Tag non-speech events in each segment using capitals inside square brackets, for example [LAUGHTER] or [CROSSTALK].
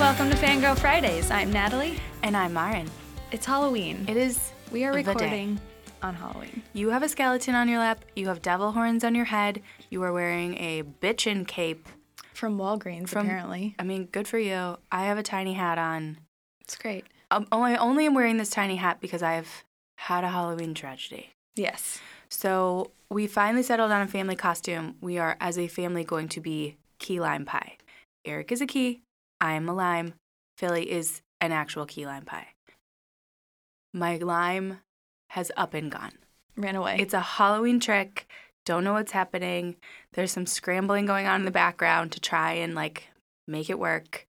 Mango Fridays. I'm Natalie. And I'm Marin. It's Halloween. It is. we are the day. recording on Halloween. You have a skeleton on your lap. You have devil horns on your head. You are wearing a bitchin' cape. From Walgreens, From- apparently. I mean, good for you. I have a tiny hat on. It's great. Um, oh, I only am wearing this tiny hat because I've had a Halloween tragedy. Yes. So we finally settled on a family costume. We are, as a family, going to be key lime pie. Eric is a key. I am a lime. Philly is an actual key lime pie. My lime has up and gone. Ran away. It's a Halloween trick. Don't know what's happening. There's some scrambling going on in the background to try and like make it work.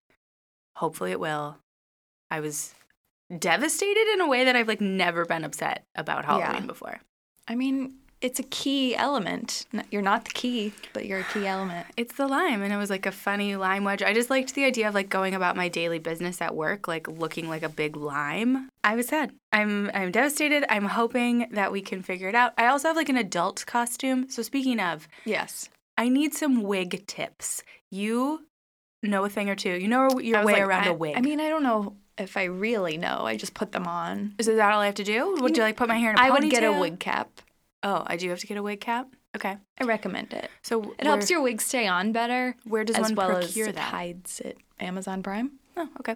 Hopefully it will. I was devastated in a way that I've like never been upset about Halloween Yeah. before. I mean, it's a key element. N- You're not the key, but you're a key element. It's the lime and it was like a funny lime wedge. I just liked the idea of like going about my daily business at work like looking like a big lime. I was sad. I'm I'm devastated. I'm hoping that we can figure it out. I also have like an adult costume. So speaking of, Yes. I need some wig tips. You know a thing or two. You know your way around a a wig. I mean, I don't know if I really know. I just put them on. is that all I have to do? Would you like put my hair in a I would get a ponytail? wig cap. Oh, I do have to get a wig cap. Okay, I recommend it. so It helps your wig stay on better, Where does as one well procure as it that? hides it. Amazon Prime. Oh, okay.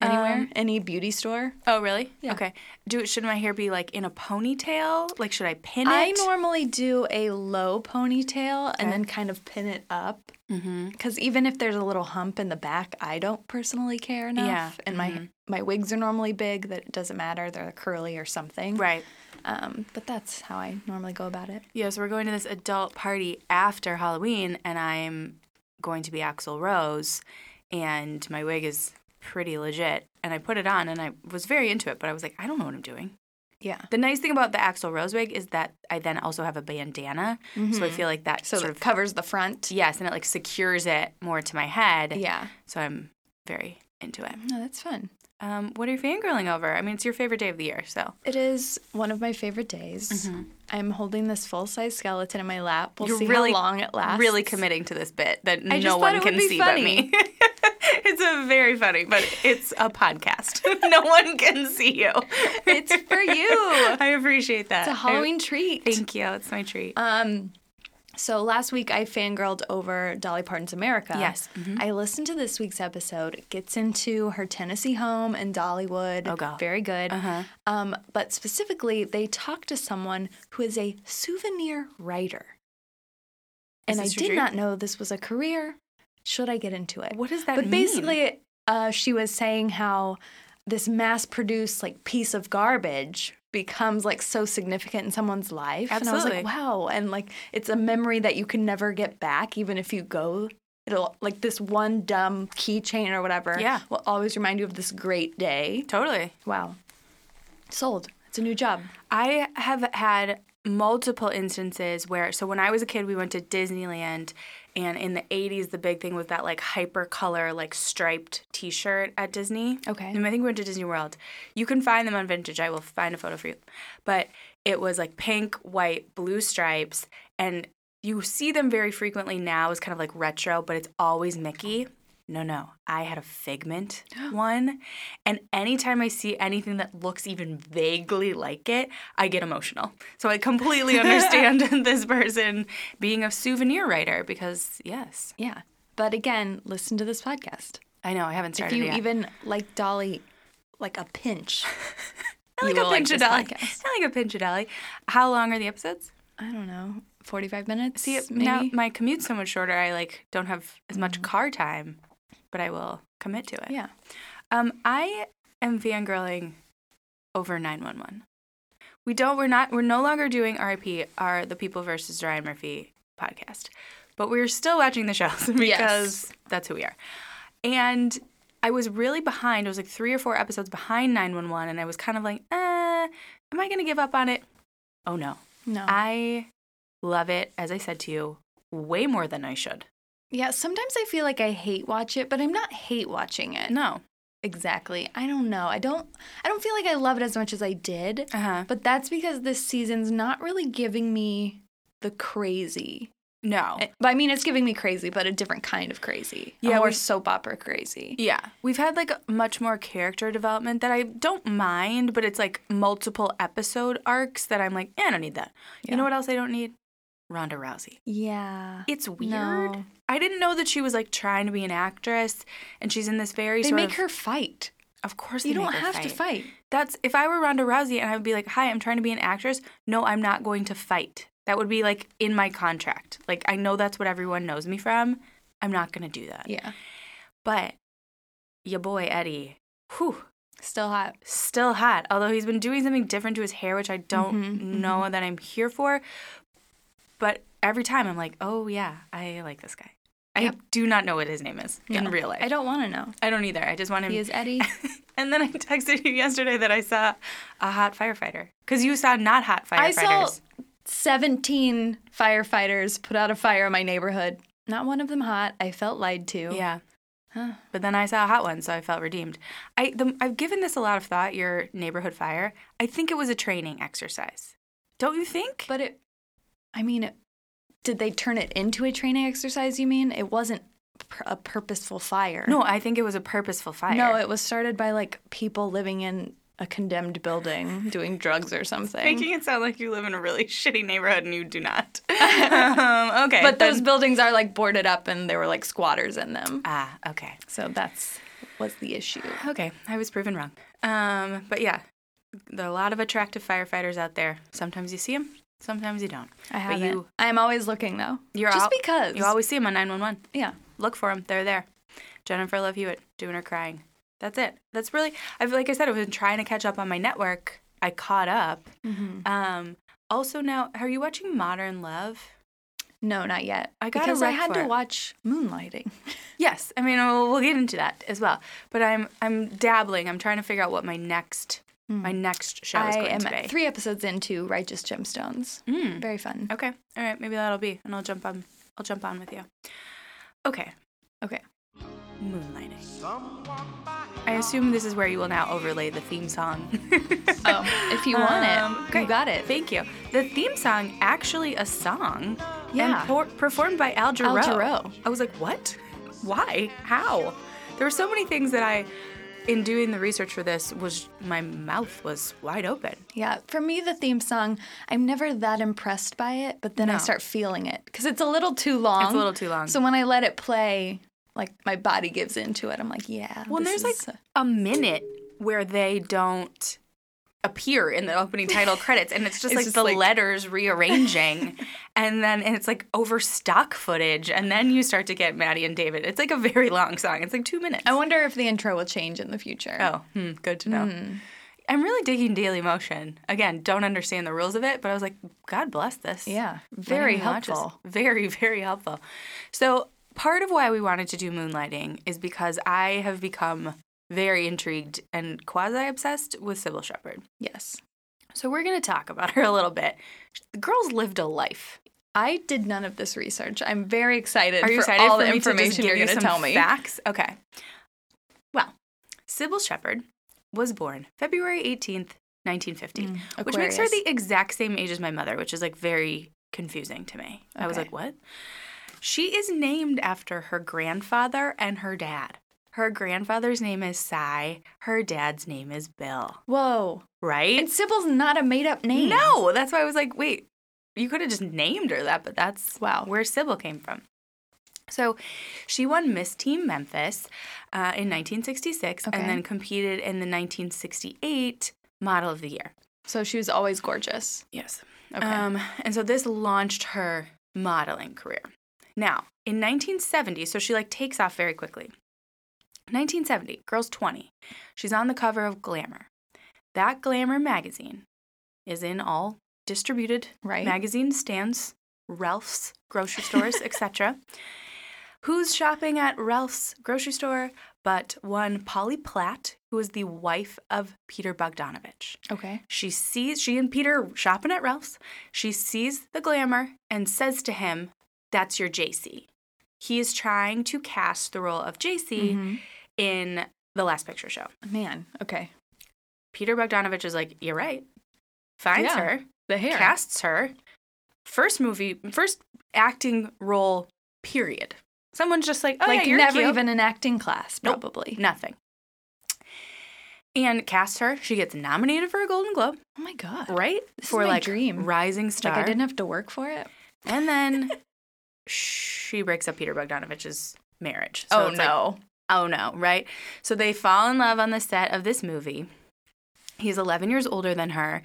Anywhere, Um, any beauty store. oh, really? Yeah. Okay. Do should my hair be like in a ponytail? Like should I pin it? I normally do a low ponytail Okay. and then kind of pin it up Mm-hmm. because even if there's a little hump in the back, I don't personally care enough. Yeah, Mm-hmm. And my my wigs are normally big; that it doesn't matter. They're curly or something. Right. Um, but that's how I normally go about it. Yeah. So we're going to this adult party after Halloween, and I'm going to be Axl Rose, and my wig is pretty legit. And I put it on, and I was very into it, but I was like, I don't know what I'm doing. Yeah. The nice thing about the Axl Rose wig is that I then also have a bandana, so I feel like that Mm-hmm. So sort it of covers the front. yes, and it like secures it more to my head. Yeah. So I'm very into it. No, that's fun. Um, what are you fangirling over? I mean, it's your favorite day of the year, so It is one of my favorite days. I'm holding this full size skeleton in my lap. We'll Mm-hmm. You're see really- how long it lasts. really committing to this bit that I just no thought one it can would be see but funny. me. [LAUGHS] it's a very funny, but it's a podcast. [LAUGHS] no one can see you. [LAUGHS] It's for you. I appreciate that. It's a Halloween treat. I, thank you. It's my treat. Um, so last week I fangirled over Dolly Parton's America. Yes. mm-hmm. I listened to this week's episode. It gets into her Tennessee home and Dollywood. Oh, God. Very good. Uh-huh. Um, but specifically, they talk to someone who is a souvenir writer. Is and I this your did dream? not know this was a career. Should I get into it? What does that but mean? basically, uh, she was saying how this mass-produced like piece of garbage becomes like so significant in someone's life. And Absolutely. I was like, wow, and like it's a memory that you can never get back, even if you go. It'll like this one dumb keychain or whatever. Yeah. will always remind you of this great day. totally. Wow, sold. It's a new job. I have had multiple instances where so when I was a kid we went to Disneyland and in the 80s the big thing was that like hyper color like striped t-shirt at Disney. Okay. And I think we went to Disney World. You can find them on vintage. I will find a photo for you. But it was like pink, white, blue stripes and you see them very frequently now as kind of like retro, but it's always Mickey. No, no. I had [GASPS] a figment one. And anytime I see anything that looks even vaguely like it, I get emotional. So [LAUGHS] I completely understand [LAUGHS] this person being a souvenir writer because, yes, Yeah, but again, listen to this podcast. I know I haven't If started you yet. even like Dolly, like a pinch. I like you a will pinch of this Dolly. podcast. I like a pinch of Dolly. How long are the episodes? I don't know, forty-five minutes. See, maybe? Mm-hmm. now my commute's so much shorter. I like don't have as much car time, but I will commit to it. yeah. Um, I am fangirling over 911. We don't, we're not, we're no longer doing RIP, our The People versus Ryan Murphy podcast, but we're still watching the shows [LAUGHS] because that's who we are. And I was really behind. I was like three or four episodes behind 911, and I was kind of like, uh, am I going to give up on it? Oh no. No. I love it, as I said to you, way more than I should. yeah. Sometimes I feel like I hate watch it, but I'm not hate watching it. No. Exactly. I don't know. I don't. I don't feel like I love it as much as I did. Uh huh. But that's because this season's not really giving me the crazy No. Eh, But I mean, it's giving me crazy, but a different kind of crazy. Oh. Yeah, Yeah, more we- soap opera crazy. Yeah. We've had like much more character development that I don't mind, but it's like multiple episode arcs that I'm like, eh, I don't need that. You Yeah. know what else I don't need? Ronda Rousey. Yeah. It's weird. No. I didn't know that she was like trying to be an actress and she's in this very They sort make of her fight. Of course You they don't make her have to fight. That's if I were Ronda Rousey and I would be like, "Hi, I'm trying to be an actress." No, I'm not going to fight. That would be like in my contract. Like I know that's what everyone knows me from. I'm not going to do that. Yeah. But your boy Eddie, whew, Still hot. still hot. Although he's been doing something different to his hair, which I don't Mhm, know that I'm here for. But every time I'm like, "Oh yeah, I like this guy." I Yep. do not know what his name is in No. real life. I don't want to know. I don't either. I just want him He is Eddie. [LAUGHS] and then I texted you yesterday that I saw a hot firefighter because you saw not hot firefighters. I saw 17 firefighters put out a fire in my neighborhood. Not one of them hot. I felt lied to. yeah, Huh. but then I saw a hot one, so I felt redeemed. I the, I've given this a lot of thought. Your neighborhood fire. I think it was a training exercise. Don't you think? But it, I mean, it, did they turn it into a training exercise? You mean it wasn't pr- a purposeful fire? no, I think it was a purposeful fire. No, it was started by like people living in a condemned building doing drugs or something. [LAUGHS] making it sound like you live in a really [LAUGHS] shitty neighborhood and you do [LAUGHS] not. um, okay, but then- those buildings are like boarded up and there were like squatters in them. ah okay. So that's was the issue. Okay, I was proven wrong. Um, but yeah, there are a lot of attractive firefighters out there. Sometimes you see them, sometimes you don't. I haven't. you- I'm always looking though. You're just al- because. You always see them on 911. yeah. Look for them, they're there. Jennifer Love Hewitt doing her crying. That's it. That's really, I've, like I said, I've been trying to catch up on my network. I caught up. Mm-hmm. Um, also, now, are you watching Modern Love? No, not yet. I got a because I rec had for to it. watch Moonlighting. Yes, I mean we'll, we'll get into that as well. But I'm I'm dabbling. I'm trying to figure out what my next my next show is Hmm. I going am to be. three episodes into Righteous Gemstones. Mm. Very fun. Okay. All right. Maybe that'll be, and I'll jump on. I'll jump on with you. Okay. Okay. Moonlighting. I assume this is where you will now overlay the theme song. [LAUGHS] Oh, if you want Um, it, great. you got it. Thank you. The theme song, actually a song, Yeah. and por- performed by Al Jarreau. Jarreau. I was like, what? Why? How? There were so many things that I, in doing the research for this, was my mouth was wide open. Yeah, for me, the theme song, I'm never that impressed by it, but then I No. start feeling it because it's a little too long. It's a little too long. So when I let it play, like my body gives into it. I'm like, yeah. Well, and this there's is- uh, like a minute where they don't appear in the [LAUGHS] opening title credits, and it's just It's like just the like- letters [LAUGHS] rearranging, and then and it's like over stock footage, and then you start to get Maddie and David. It's like a very long song. It's like two minutes. I wonder if the intro will change in the future. oh, hmm, good to know. I'm really digging Daily Motion. Again, don't understand the rules of it, but I was like, God bless this. Yeah, Let very him watch us. helpful. Very, very helpful. So, part of why we wanted to do moonlighting is because I have become very intrigued and quasi obsessed with Sybil Shepherd. Yes. So, we're going to talk about her a little bit. The girl's lived a life. I did none of this research. I'm very excited Are you for excited all for the me to just information give you're you going to some tell me. Facts? Okay. Well, Sybil Shepherd was born February 18th, 1950, Mm, which makes her Aquarius. the exact same age as my mother, which is like very confusing to me. I was Okay. like, what? She is named after her grandfather and her dad. Her grandfather's name is Cy. Her dad's name is Bill. Whoa. Right? And Sybil's not a made up name. No, that's why I was like, wait, you could have just named her that, but that's Wow. where Sybil came from. So she won Miss Team Memphis uh, in 1966 Okay. and then competed in the 1968 Model of the Year. So she was always gorgeous. Yes. Okay. Um, and so this launched her modeling career. Now, in 1970, so she like takes off very quickly. 1970, girl's 20. She's on the cover of Glamour. That Glamour magazine is in all distributed Right. magazine stands, Ralph's [LAUGHS] grocery stores, etc. Who's shopping at Ralph's grocery store but one Polly Platt, who is the wife of Peter Bogdanovich. okay. She sees she and Peter shopping at Ralph's. She sees the glamour and says to him, "That's your JC." He is trying to cast the role of JC Mm-hmm. in the Last Picture Show. Man. Okay. Peter Bogdanovich is like, "You're right." Finds Yeah, her, The hair. casts her, first movie, first acting role, period. Someone's just like, oh, like yeah, you're never cute. even an acting class, Nope. probably. nothing. And cast her. She gets nominated for a Golden Globe, Oh my god. right? This is for my like dream. rising star. Like I didn't have to work for it. And then she breaks up Peter Bogdanovich's marriage. Oh, So it's like, oh no, right? So they fall in love on the set of this movie. He's 11 years older than her.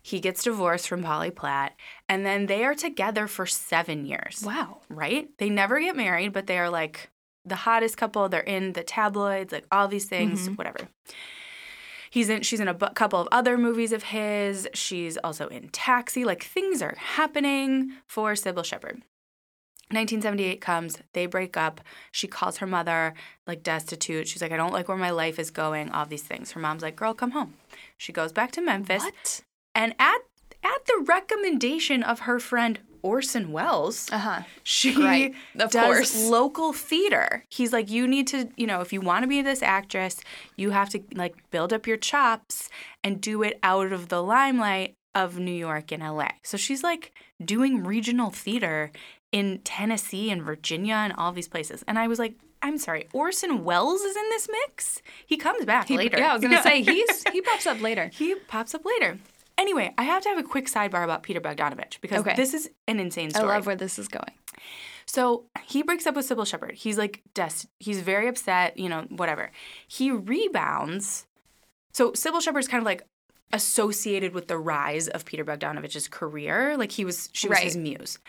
He gets divorced from Polly Platt, and then they are together for seven years. wow. Right? They never get married, but they are like the hottest couple. They're in the tabloids, like all these things, Mhm. whatever. He's in. She's in a bu- couple of other movies of his. She's also in Taxi. Like things are happening for Sybil Shepherd. 1978 comes. They break up. She calls her mother like destitute. She's like, I don't like where my life is going. All these things. Her mom's like, Girl, come home. She goes back to Memphis, What? and at at the recommendation of her friend Orson Welles, Uh huh. she Right. Of does course. local theater. He's like, you need to, you know, if you want to be this actress, you have to like build up your chops and do it out of the limelight of New York and LA. So she's like doing regional theater in Tennessee and Virginia and all these places. And I was like, I'm sorry, Orson Welles is in this mix. He comes back later. Yeah, I was [LAUGHS] gonna say he's he pops up later. He pops up later. Anyway, I have to have a quick sidebar about Peter Bogdanovich because Okay. this is an insane I story. love where this is going. So he breaks up with Sybil Shepherd. He's like, des- he's very upset, you know, whatever. He rebounds. So Sybil Shepherd's kind of like associated with the rise of Peter Bogdanovich's career. Like he was, she was Right. his muse.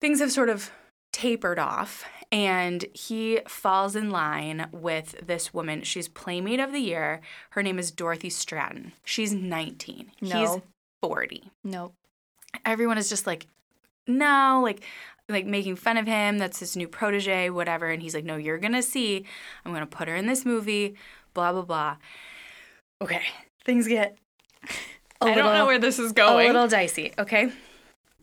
Things have sort of tapered off, and he falls in line with this woman. She's Playmate of the Year. Her name is Dorothy Stratton. She's 19. He's No. 40 Nope. everyone is just like, no, like, like making fun of him. That's his new protege, whatever. And he's like, no, you're gonna see. I'm gonna put her in this movie. Blah blah blah. Okay, things get. I I don't know where this is going. a little dicey. Okay.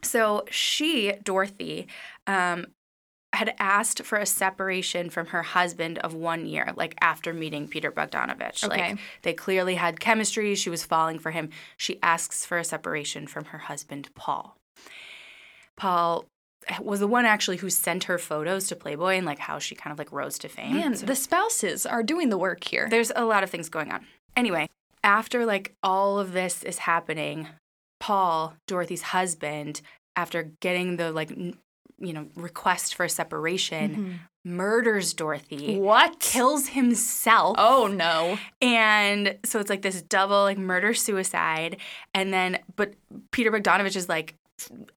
So she, Dorothy, um, had asked for a separation from her husband of one year, like after meeting Peter Bogdanovich. Okay. Like they clearly had chemistry. She was falling for him. She asks for a separation from her husband, Paul. Paul was the one actually who sent her photos to Playboy and like how she kind of like rose to fame. Man, So- the spouses are doing the work here. there's a lot of things going on. Anyway, after like all of this is happening, Paul, Dorothy's husband, after getting the like n- you know request for a separation, murders Dorothy, What? kills himself. Oh no. And so it's like this double like murder suicide and then but Peter Bogdanovich is like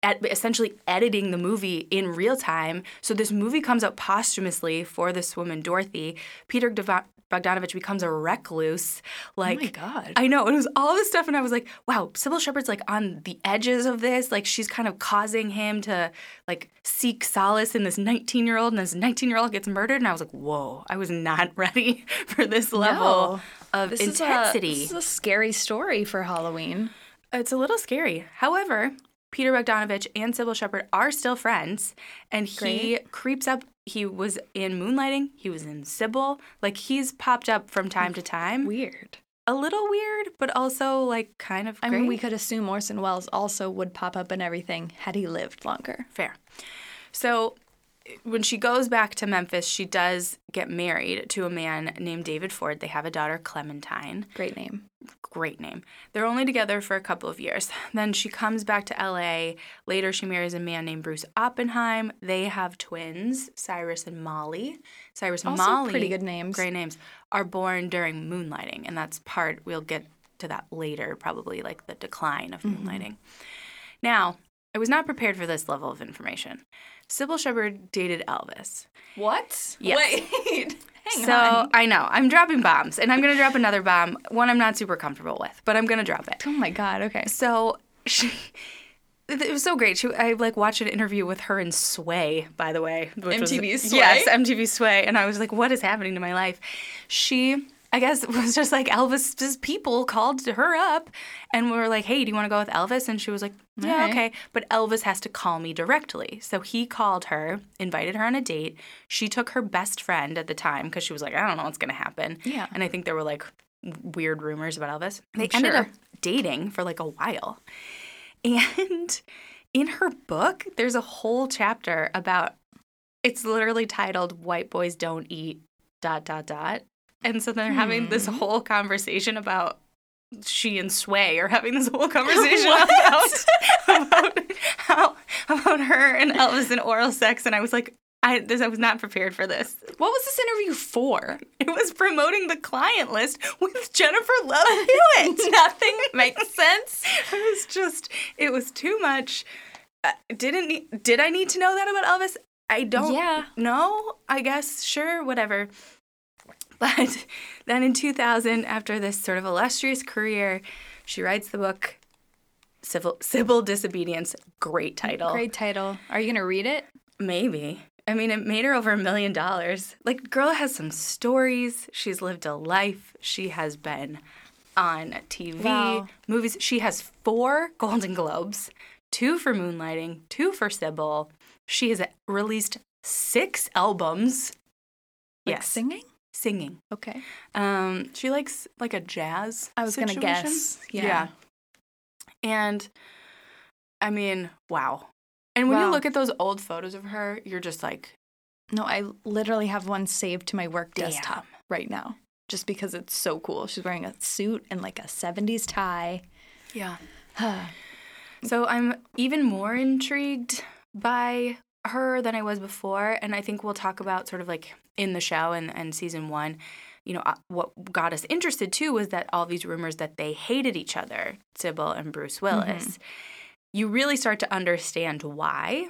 at, essentially editing the movie in real time. So this movie comes out posthumously for this woman Dorothy. Peter Deva- Bogdanovich becomes a recluse like oh my god. I know. It was all this stuff. And I was like, wow, Sybil Shepherd's like on the edges of this. Like she's kind of causing him to like seek solace in this 19 year old. And this 19 year old gets murdered. And I was like, whoa, I was not [LAUGHS] ready for this level of this intensity. Is a, this is a scary story for Halloween. it's a little scary. However, Peter Bogdanovich and Sybil Shepherd are still friends. And he creeps up. He was in Moonlighting, he was in Sybil. Like he's popped up from time to time. Weird. a little weird, but also like kind of I great. mean, we could assume Orson Welles also would pop up in everything had he lived longer. Fair. So when she goes back to Memphis, she does get married to a man named David Ford. They have a daughter, Clementine. Great name. Great name. They're only together for a couple of years. [LAUGHS] Then she comes back to LA. Later, she marries a man named Bruce Oppenheim. They have twins, Cyrus and Molly. Cyrus and Also, Molly. pretty good names. Great names are born during moonlighting, and that's part we'll get to that later, probably like the decline of Mm-hmm. moonlighting. Now, I was not prepared for this level of information. Sybil Shepherd dated Elvis. What? Yes. Wait. [LAUGHS] Hang so on. I know I'm dropping bombs, and I'm going to drop another bomb, one I'm not super comfortable with, but I'm going to drop it. Oh my god. Okay. So she. [LAUGHS] It was so great. She, I like watched an interview with her in Sway, by the way. which was- MTV Sway? Yes, MTV Sway, and I was like, "What is happening to my life?" She, I guess, [LAUGHS] was just like Elvis's people called her up, and we were like, "Hey, do you want to go with Elvis?" And she was like, "Yeah, Alright. okay." But Elvis has to call me directly, so he called her, invited her on a date. She took her best friend at the time because she was like, "I don't know what's gonna happen." Yeah. and I think there were like weird rumors about Elvis. They ended sure. up dating for like a while, [LAUGHS] and in her book, there's a whole chapter about it's literally titled White Boys Don't Eat dot dot dot. And so they're having this Hmm. whole conversation about she and Sway are having [LAUGHS] this whole conversation What? about, about how about her and Elvis and oral sex and I was like I this I was not prepared for this. What was this interview [LAUGHS] for? It was promoting the client list with Jennifer Love Hewitt. [LAUGHS] Nothing makes sense. [LAUGHS] it was just it was too much uh, didn't need, did i need to know that about elvis i don't Yeah. know i guess sure whatever but [LAUGHS] then in 2000 after this sort of illustrious career she writes the book civil civil disobedience great title Great title. Are you gonna read it? Maybe. I mean, it made her over a million dollars. Like, girl has some stories. She's lived a life. She has been on TV, Wow. movies. She has four Golden Globes, two for Moonlighting, two for Sybil. She has released six albums. Like yes, Singing? singing. Okay. Um, she likes like a jazz. I was situation. gonna guess. Yeah. And I mean, wow. And when you Wow. look at those old photos of her, you're just like, No, I literally have one saved to my work Damn. desktop right now. Just because it's so cool. She's wearing a suit and like a 70s tie. [SIGHS] yeah. So I'm even more intrigued by her than I was before. And I think we'll talk about sort of like in the show and, and season one, you know, uh, what got us interested too was that all these rumors that they hated each other, Sybil and Bruce Willis. Mm-hmm. You really start to understand why.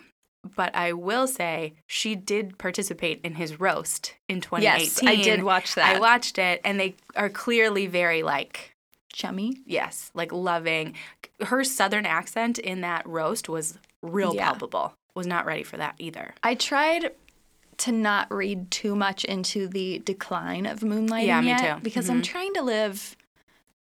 But I will say she did participate in his roast in 2018. yes, I did watch that. I watched it, and they are clearly very like Chummy. Yes, like loving. Her southern accent in that roast was real Yeah. palpable. Was not ready for that either. I, I tried to not read too much into the decline of moonlighting Yeah, me yet, too. Mm-hmm. because I'm trying to live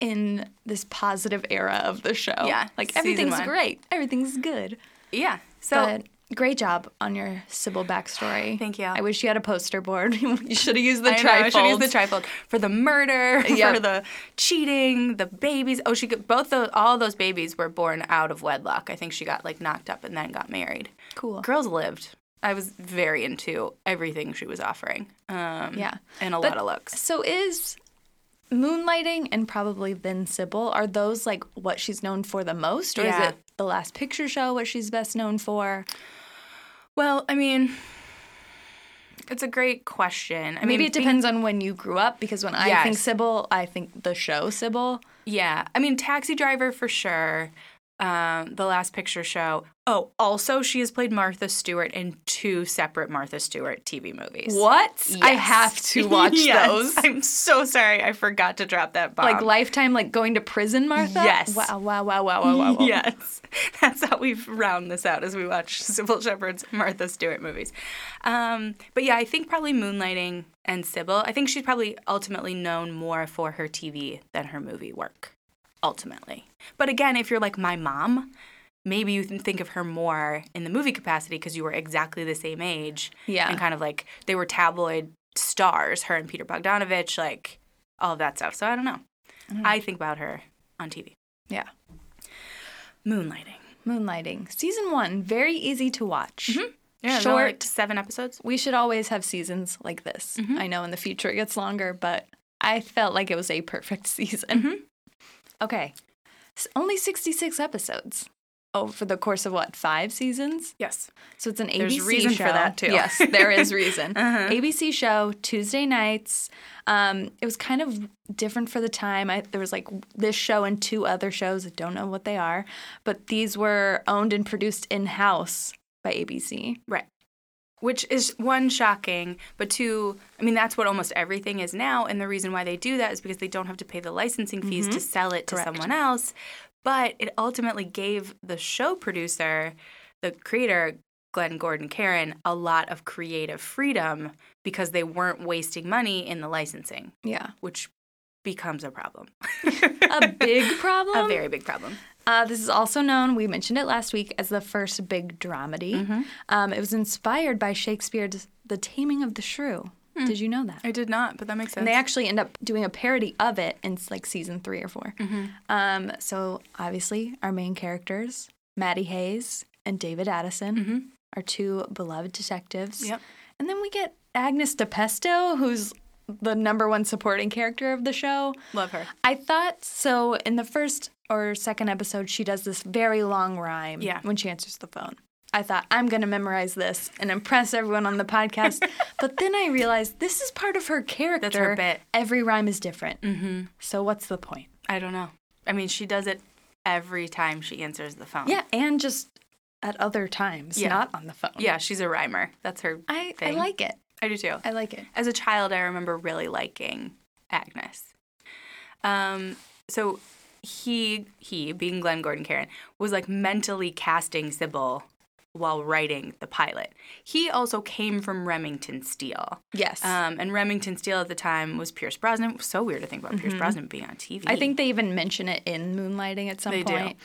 in this positive era of the show. Yeah, like season everything's one. great, everything's good. yeah. So but great job on your Sybil backstory. Thank you. I wish you had a poster board. [LAUGHS] you should have used the I know, I should use trifold. the trifold for the murder, [LAUGHS] Yep. for the cheating, the babies. Oh, she got both those. All those babies were born out of wedlock. I think she got like knocked up and then got married. cool. Girls lived. I was very into everything she was offering. Um, Yeah. and a But- lot of looks. So is moonlighting and probably then Sybil are those like what she's known for the most, or Yeah. is it the Last Picture Show what she's best known for? Well, I mean, it's a great question. I Maybe mean, it depends on when you grew up because when I think Yes. Sybil, I think the show Sybil. Yeah, I mean, Taxi Driver for sure. Um, the Last Picture Show. Oh, also, she has played Martha Stewart in two separate Martha Stewart TV movies. What? I Yes. [LAUGHS] have [LAUGHS] to watch Yes. those. Um, I'm so sorry, I forgot to drop that bomb. Like lifetime, like going to prison, Martha. Yes. Wow, wow, wow, wow, wow, wow. wow. Yes, Oh, [LAUGHS] that's how we round this out as we watch Sybil Shepherd's Martha Stewart movies. Um, but yeah, I think probably Moonlighting and Sybil. I think she's probably ultimately known more for her TV than her movie work, ultimately. But again, if you're like my mom, maybe you can think of her more in the movie capacity because you were exactly the same age Yeah. and kind of like they were tabloid stars, her and Peter Bogdanovich, like all of that stuff. So I don't know. I think about her on TV. Mm-hmm. Yeah. Moonlighting. Moonlighting. Season one, very easy to watch. Short Short. seven episodes. We should always have seasons like this. I know in the future it gets longer, but I felt like it was a perfect [LAUGHS] season. Okay. S only 66 episodes over the course of what, five seasons? Yes. So it's an ABC There's reason for show. that, too. Uh-huh. Yes, there is [LAUGHS] reason. ABC show Tuesday nights. Um, it was kind of different for the time. I, there was like this show and two other shows. I don't know what they are, but these were owned and produced in house by ABC. Right. Which is one shocking, but two, I mean, that's what almost everything is now. And the reason why they do that is because they don't have to pay the licensing fees to sell it to Correct. someone else. But it ultimately gave the show producer, the creator, Glenn Gordon Karen, a lot of creative freedom because they weren't wasting money in the licensing, Yeah, which becomes a problem. [LAUGHS] a big problem. a very big problem. Uh, this is also known, we mentioned it last week, as the first big dramedy. Mm-hmm. Um, it was inspired by Shakespeare's The Taming of the Shrew. Hmm. Did you know that? I did not, but that makes sense. And they actually end up doing a parody of it in like season Mm-hmm. three or 4 Um, so obviously, our main characters, Maddie Hayes and David Addison, Mhm. our two beloved detectives. Yep. And then we get Agnes DePesto, who's the number one supporting character of the show. Love her. I thought so in the first or second episode, she does this very long rhyme Yeah. when she answers the phone. I thought, I'm going to memorize this and impress everyone on the [LAUGHS] podcast. but then I realized this is part of her character. bit. Every rhyme is different. Mm-hmm. So what's the point? I don't know. I mean, she does it every time she answers the phone. Yeah, and just at other times, Yeah. not on the phone. Yeah, she's a rhymer. That's her I, I thing. like it. I do too. I like it. As a child, I remember really liking Agnes. Um, so he, he being Glenn Gordon Karen, was like mentally casting Sybil while writing the pilot. He also came from Remington Steele. Yes. Um, and Remington Steele at the time was Pierce Brosnan. It was so weird to think about Pierce Brosnan being on TV. Mm-hmm. I think they even mention it in Moonlighting at some They do. point.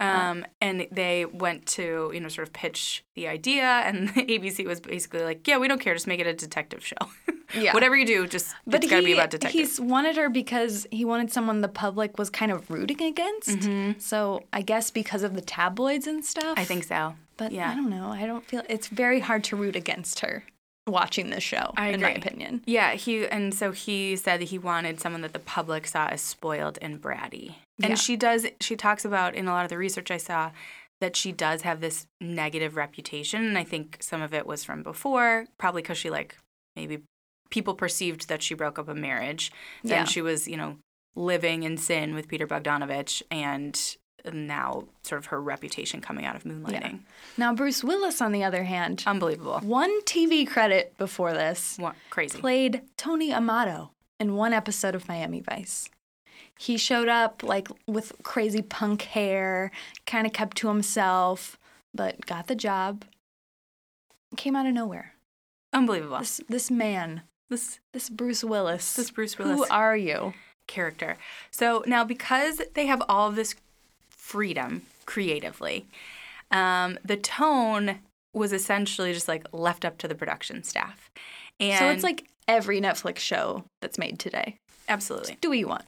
Uh, Um, and they went to, you know, sort of pitch the idea, and [LAUGHS] ABC was basically like, yeah, we don't care, just make it a detective show. [LAUGHS] Yeah. Whatever you do, just But it's got to he, be about detectives. he's wanted her because he wanted someone the public was kind of rooting against. So I guess because of the tabloids and stuff. Mm-hmm. I think so. But yeah. I don't know. I don't feel it's very hard to root against her watching this show, I in my agree. opinion. Yeah, he and so he said that he wanted someone that the public saw as spoiled and bratty. And Yeah. she does she talks about in a lot of the research I saw that she does have this negative reputation and I think some of it was from before, probably cuz she like maybe people perceived that she broke up a marriage. Then Yeah. she was, you know, living in sin with Peter Bogdanovich and now sort of her reputation coming out of moonlighting. Now, Bruce Willis, on the other hand, Unbelievable. one TV credit before this, What, crazy. played Tony Amato in one episode of Miami Vice. He showed up like with crazy punk hair, kind of kept to himself, but got the job. Came out of nowhere. Unbelievable. This this man, This this Bruce Willis. this Bruce Willis. Who are you? character. So now, because they have all of this freedom creatively, um, the tone was essentially just like left up to the production staff. And so it's like every Netflix show that's made today. absolutely Do what you want.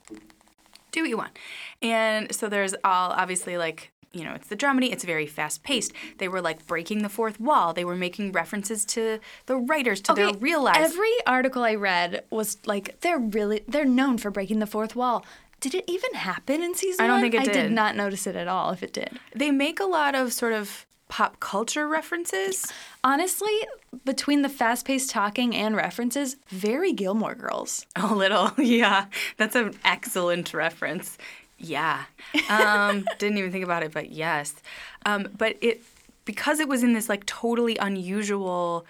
do what you want. And so there's all obviously like you know it's the dramedy. It's very fast paced. They were like breaking the fourth wall. They were making references to the writers to their real lives. Every article I read was like they're really they're known for breaking the fourth wall. Did it even happen in season I don't one? think it I did. did not notice it at all if it did. they make a lot of sort of pop culture references. Honestly, between the fast paced talking and references, very Gilmore girls. [LAUGHS] A little, yeah. That's an excellent reference. Yeah. Um, didn't even think about it, but yes. Um, but it because it was in this like totally unusual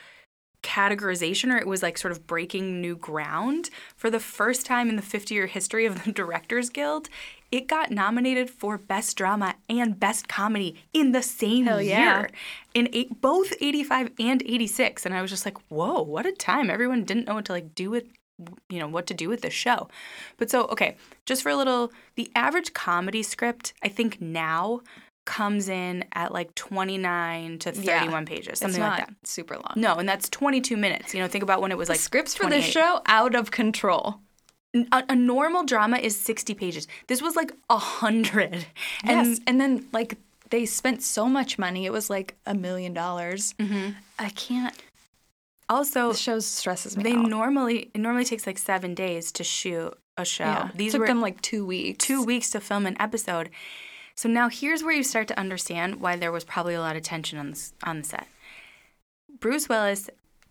categorization or it was like sort of breaking new ground for the first time in the 50 year history of the [LAUGHS] Directors Guild, it got nominated for best drama and best comedy in the same Hell yeah. year in eight, both 85 and 86 and I was just like, "Whoa, what a time. Everyone didn't know what to like do with you know what to do with this show." But so, okay, just for a little the average comedy script I think now comes in at like 29 to 31 pages, something it's like not that. Super long. No, and that's 22 minutes. You know, think about when it was like Scripts for this 28. show out of control. A, a normal drama is 60 pages. This was like 100. [LAUGHS] And, And and then like they spent so much money. It was like a million dollars. Mm-hmm. I can't. also The show stresses me they out. normally it normally takes like 7 days to shoot a show. yeah. These took were them like two weeks. two weeks to film an episode. So now here's where you start to understand why there was probably a lot of tension on this, on the set. Bruce Willis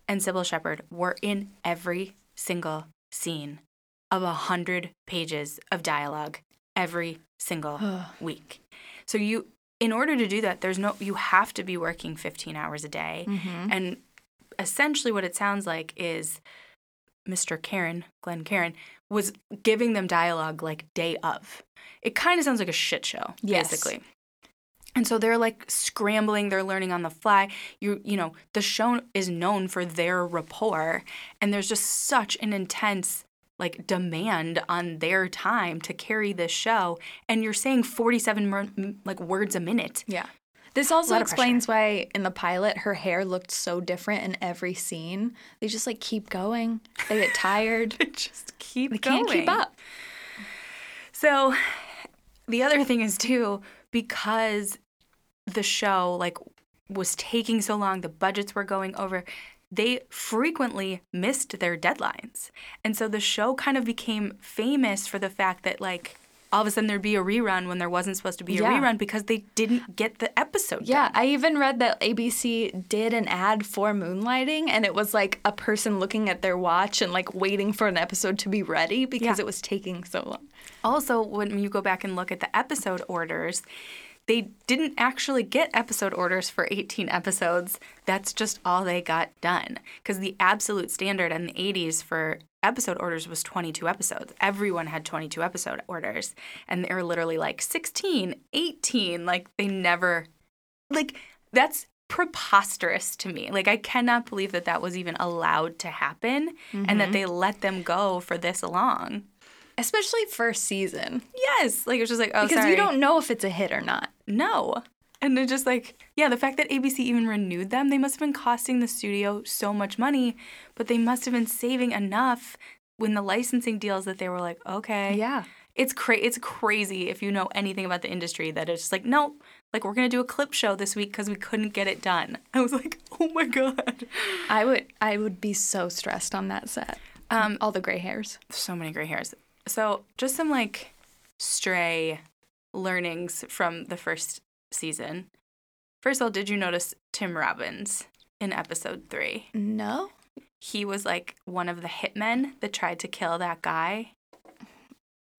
and Sybil Shepherd were in every single scene of a hundred pages of dialogue every single week. So you, in order to do that, there's no you have to be working 15 hours a day, and essentially what it sounds like is Mr. Karen, Glenn Karen, was giving them dialogue like day of. It kind of sounds like a shit show, Yes. basically. And so they're like scrambling, they're learning on the fly. You you know, the show is known for their rapport and there's just such an intense like demand on their time to carry this show and you're saying 47 mer- m- like words a minute. Yeah. This also lot of explains why in the pilot her hair looked so different in every scene. They just like keep going. They get tired. [LAUGHS] [LAUGHS] They just keep they can't keep going. up. So the other thing is too because the show like was taking so long, the budgets were going over. They frequently missed their deadlines. And so the show kind of became famous for the fact that, like, all of a sudden there'd be a rerun when there wasn't supposed to be a Yeah. rerun because they didn't get the episode. done. Yeah, I even read that ABC did an ad for moonlighting, and it was like a person looking at their watch and like waiting for an episode to be ready because Yeah. it was taking so long. Also, when you go back and look at the episode orders, they didn't actually get episode orders for 18 episodes. That's just all they got done. Because the absolute standard in the 80s for episode orders was 22 episodes. Everyone had 22 episode orders. And they were literally like 16, 18. Like, they never, like, that's preposterous to me. Like, I cannot believe that that was even allowed to happen and that they let them go for this long. Especially first season, Yes. Like it was just like, oh, because sorry. you don't know if it's a hit or not. know. And it just like, yeah, the fact that ABC even renewed them, they must have been costing the studio so much money, but they must have been saving enough when the licensing deals that they were like, okay, Yeah. it's cra- it's crazy if you know anything about the industry that it's just like, nope, like we're gonna do a clip show this week because we couldn't get it done. [LAUGHS] I was like, oh my god, I would I would be so stressed on that set. Um, all the gray hairs. so many gray hairs. So just some like stray learnings from the first season. First of all, did you notice Tim Robbins in episode three? No. He was like one of the hitmen that tried to kill that guy.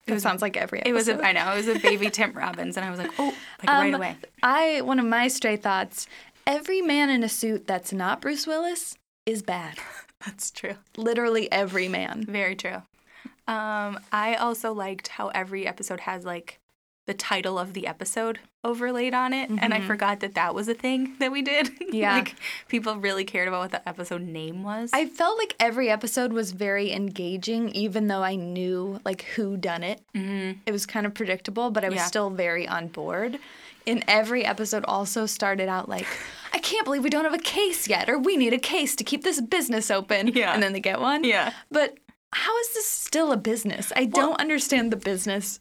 It sounds like every episode. It was a, I know it was a baby Tim Robbins, and I was like, oh, like Um, right away. I one of my stray thoughts: every man in a suit that's not Bruce Willis is bad. That's true. Literally every man. Very true. Um, I also liked how every episode has like the title of the episode overlaid on it, and I forgot that that was a thing that we did. [LAUGHS] Yeah. like people really cared about what the episode name was. I felt like every episode was very engaging, even though I knew like who done it. Mm-hmm. It was kind of predictable, but I was Yeah. still very on board. And every episode also started out like, I can't believe we don't have a case yet, or we need a case to keep this business open. Yeah. And then they get one. Yeah. But how is this still a business? I don't understand the business.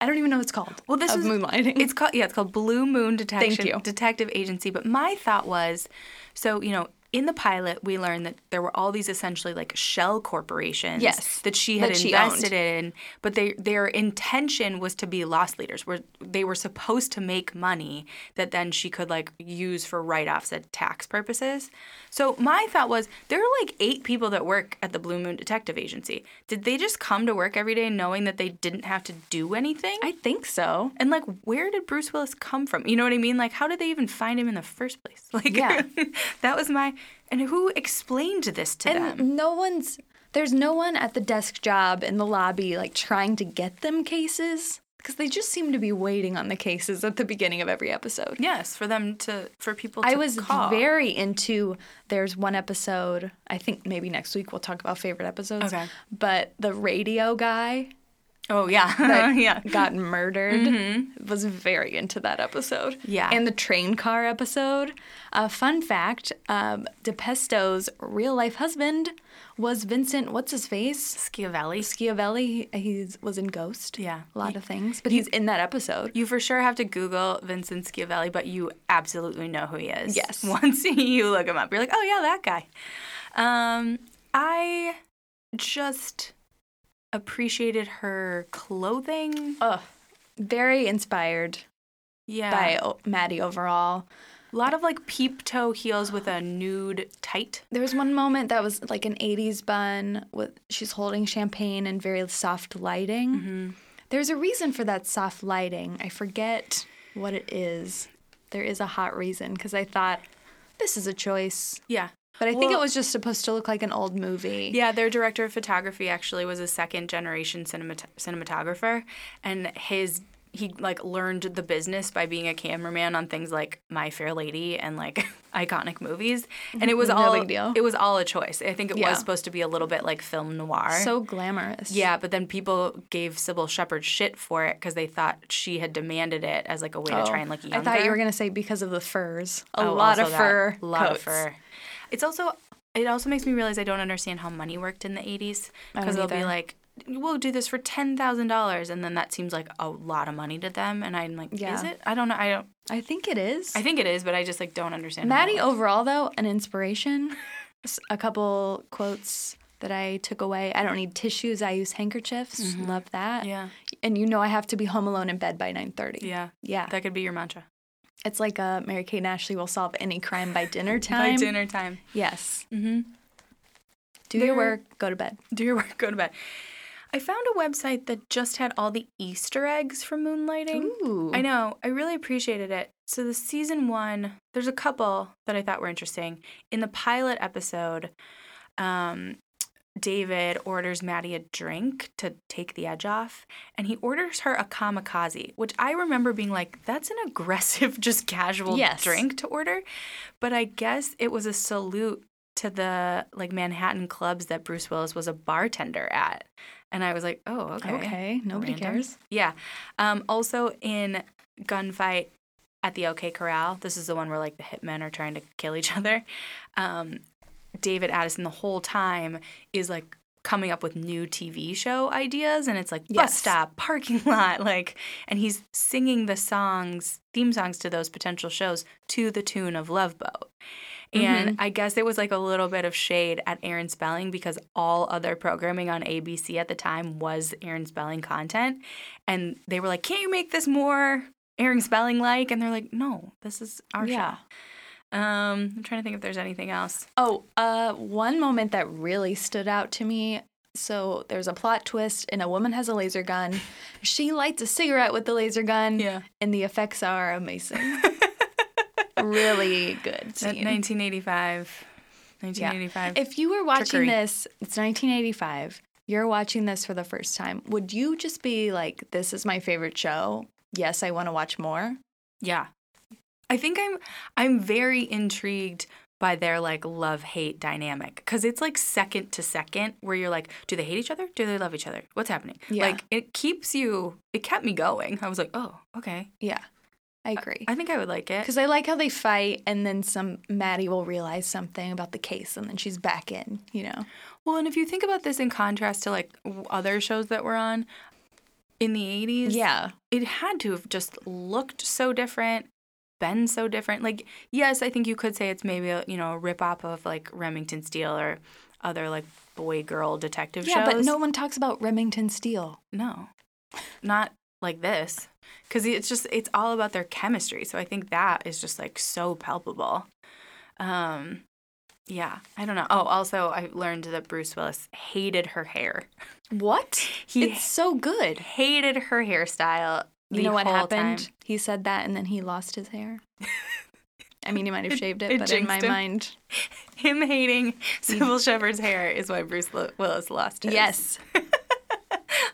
I don't even know what it's called. Well, this of is- moonlighting. It's called yeah, it's called Blue Moon Detection you. Detective Agency. But my thought was, so you know, in the pilot we learned that there were all these essentially like shell corporations Yes, that she had that she invested in, but they their intention was to be loss leaders, where they were supposed to make money that then she could like use for write offs at tax purposes. So my thought was there are like eight people that work at the Blue Moon Detective Agency. Did they just come to work every day knowing that they didn't have to do anything? I think [LAUGHS] so. And like, where did Bruce Willis come from? You know what I mean? Like, how did they even find him in the first place? [LAUGHS] Like, Yeah. that was my. And who explained this to And them? no one's there's no one at the desk job in the lobby like trying to get them cases because they just seem to be waiting on the cases at the beginning of every episode. Yes, for them to for people. to I was call. very into there's one episode, I think maybe next week we'll talk about favorite episodes. Okay. But the radio guy Oh yeah, that [LAUGHS] yeah. Mm-hmm. got murdered was very into that episode. Yeah. And the train car episode. Uh, fun fact um, DePesto's real life husband was Vincent, what's his face? Schiavelli. Schiavelli, he he's, was in Ghost. Yeah. A lot of things. But he's in that episode. You for sure have to Google Vincent Schiavelli, but you absolutely know who he is. Yes. [LAUGHS] Once you look him up, you're like, oh yeah, that guy. Um, I just appreciated her clothing. Ugh. Very inspired Yeah. by o- Maddie overall. A lot of like peep toe heels with a nude tight. There was one moment that was like an 80s bun with she's holding champagne and very soft lighting. There's a reason for that soft lighting. I forget what it is. There is a hot reason because I thought this is a choice. Yeah. But I think it Well- was just supposed to look like an old movie. Yeah, their director of photography actually was a second generation cinemat- cinematographer, and his he like learned the business by being a cameraman on things like My Fair Lady and like [LAUGHS] iconic movies. And it [LAUGHS] was No all big deal. it was all a choice. I think it Yeah. was supposed to be a little bit like film noir. So glamorous. yeah, but then people gave Sybil Shepherd shit for it because they thought she had demanded it as like a way to try and look younger. I thought you were gonna say because of the furs. A Oh, lot of also that. fur. A lot coats. of fur. It's also it also makes me realize I don't understand how money worked in the eighties I because don't they'll be either. like, "We'll do this for ten thousand dollars," and then that seems like a lot of money to them, and I'm like, Yeah. "Is it? I don't know. I don't. I think it is. I think it is, but I just like don't understand. how Maddie it works. overall though an inspiration. S- a couple quotes that I took away. I don't need tissues. I use handkerchiefs. Love that. Mm-hmm. Yeah, And you know I have to be home alone in bed by nine thirty. yeah, Yeah. that could be your mantra. it's like uh, Mary Kate and Ashley will solve any crime by dinner time. [LAUGHS] By dinner time. Yes. Mm-hmm. Do There- your work. Go to bed. Do your work. Go to bed. I found a website that just had all the Easter eggs from moonlighting. Ooh. I know. I really appreciated it. So the season one, there's a couple that I thought were interesting. In the pilot episode, um, David orders Maddie a drink to take the edge off, and he orders her a kamikaze, which I remember being like, "That's an [LAUGHS] aggressive, just casual Yes. drink to order." But I guess it was a salute to the like Manhattan clubs that Bruce Willis was a bartender at, and I was like, "Oh, Okay. Nobody Random. cares. yeah. Um, also in gunfight at the OK Corral, this is the one where like the hitmen are trying to kill each [LAUGHS] other. Um, David Addison the whole time is like coming up with new TV show ideas, and it's like bus Yes. stop, [LAUGHS] parking lot, like, and he's singing the songs, theme songs to those potential shows to the tune of Love Boat. Mm-hmm. And I guess it was like a little bit of shade at Aaron Spelling because all other programming on ABC at the time was Aaron Spelling content. And they were like, can't you make this more Aaron Spelling like? And they're like, no, this is our Yeah. show. Um, I'm trying to think if there's anything else. Oh, uh, one moment that really stood out to me. So there's a plot twist, and a woman has a laser [LAUGHS] gun. She lights a cigarette with the laser gun. Yeah. And the effects are [LAUGHS] amazing. really good That scene. 1985. Yeah. 1985. If you were watching Trickery. this, it's 1985. You're watching this for the first time. Would you just be like, "This is my favorite show. Yes, I want to watch more." Yeah. I think I'm I'm very intrigued by their like love hate dynamic cuz it's like second to second where you're like do they hate each other? Do they love each other? What's happening? Yeah. Like it keeps you it kept me going. I was like, "Oh, okay. Yeah, I agree. I think I would like it." Because I like how they fight, and then some Maddie will realize something about the case, and then she's back in. You know. Well, and if you think about this in contrast to like w- other shows that were on in the 80s, Yeah. it had to have just looked so different, been so different. Like, yes, I think you could say it's maybe a you know a rip off of like Remington Steele or other like boy girl detective Yeah, shows. but no one talks about Remington Steele. no, not like this, because it's just it's all about their chemistry. So I think that is just like so palpable. Um, yeah, I don't know. Oh, also I learned that Bruce Willis hated her hair, What? He- it's so good. hated her hairstyle. You the know what whole happened? time. He said that, and then he lost his [LAUGHS] hair. I mean, he might have shaved it, it but in my jinxed him. mind, Him [LAUGHS] hating Sybil Shepherd's hair is why Bruce Lo- Willis lost his. yes.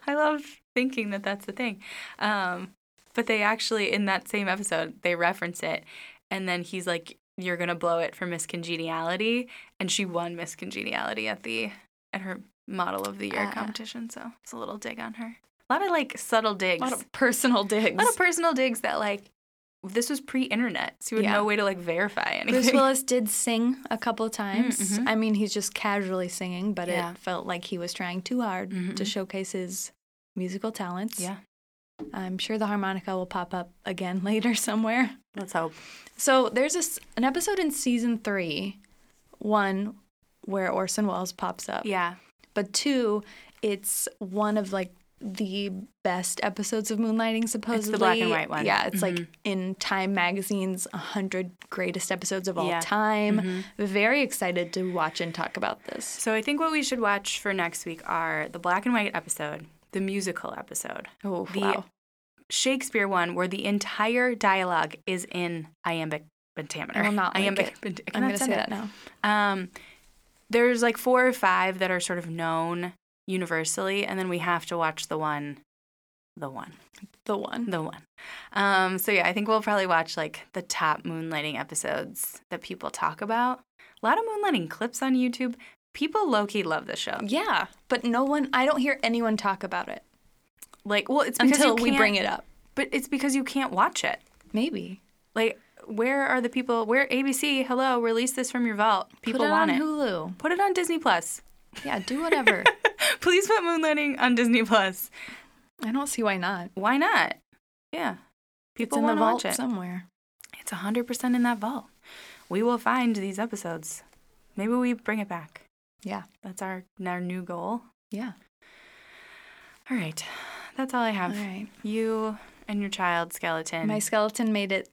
I love thinking that that's the thing. Um, but they actually, in that same episode, they reference it. And then he's like, You're going to blow it for Miss Congeniality. And she won Miss Congeniality at the at her Model of the Year Ah. competition. So it's a little dig on her. A lot of like subtle digs. A lot of personal digs. a lot of personal digs that like, this was pre internet. So you had Yeah. no way to like verify anything. [LAUGHS] Bruce Willis did sing a couple of times. mhm. I mean, he's just casually singing, but Yeah. it felt like he was trying too hard to Mhm. showcase his musical talents. [LAUGHS] Yeah. I'm sure the harmonica will pop up again [LAUGHS] later somewhere. Let's hope. So there's this, an episode in season three, one where Orson Welles pops up, Yeah. but two, it's one of like the best episodes of Moonlighting. Supposedly, black and white one. Mm-hmm. Yeah, it's like in Time magazine's 100 greatest episodes of all Yeah. Mm-hmm. time. Very excited to watch and talk about this. So I think what we should watch for next week are the black and white episode, the musical episode, Oh The- wow! Shakespeare one where the entire dialogue is in iambic pentameter. I will not like iambic it. pent- I I'm cannot gonna send say it. that now. Um, there's like four or five that are sort of known universally, and then we have to watch the one, the one, The one. the one. Um, so yeah, I think we'll probably watch like the top moonlighting episodes that people talk about. A lot of moonlighting clips on YouTube. People low key love this show. Yeah, but no one. I don't hear anyone talk about it Like, well, it's because until you we can't- bring it up. But it's because you can't watch it. Maybe Like, where are the people? Where ABC? Hello, release this from your vault. People put it want on it. Hulu. Put it on Disney Plus. [LAUGHS] Yeah, do [LAUGHS] whatever. Please put Moonlighting on Disney Plus. I don't see why not. Why not? Yeah, people it's in the want to vault watch it. somewhere. It's 100% in that vault. We will find these episodes. Maybe we bring it back. Yeah. That's our, our new goal. Yeah. All right. That's all I All have. right. You and your child skeleton. My Oh, skeleton made it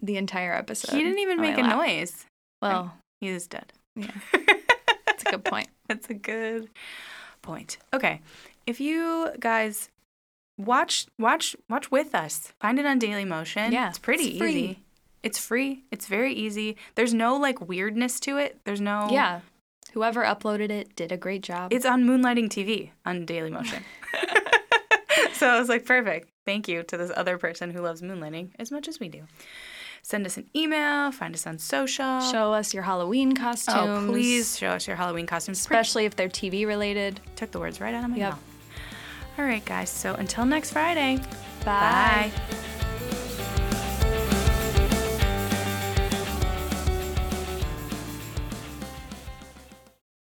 the entire episode. he didn't even on my make a lap. noise. Well, [LAUGHS] He is dead. yeah. That's a good [LAUGHS] point. [LAUGHS] That's a good point. Okay. If you guys watch watch watch with us. Find it on Daily Motion. Yeah, It's pretty it's free. easy. It's free. It's very easy. There's no like weirdness to it. There's no Yeah. Whoever uploaded it did Oh. a great job. It's on Moonlighting TV on Daily Motion. [LAUGHS] so I was like, perfect. Thank you to this other person who loves moonlighting as much as we do. Send us an email, find us on social. Show us your Halloween costumes. Oh, please show us your Halloween costumes. Especially if they're TV related. Took the words right out of my Yep. mouth. All right, guys. So until next Friday. Bye. Bye.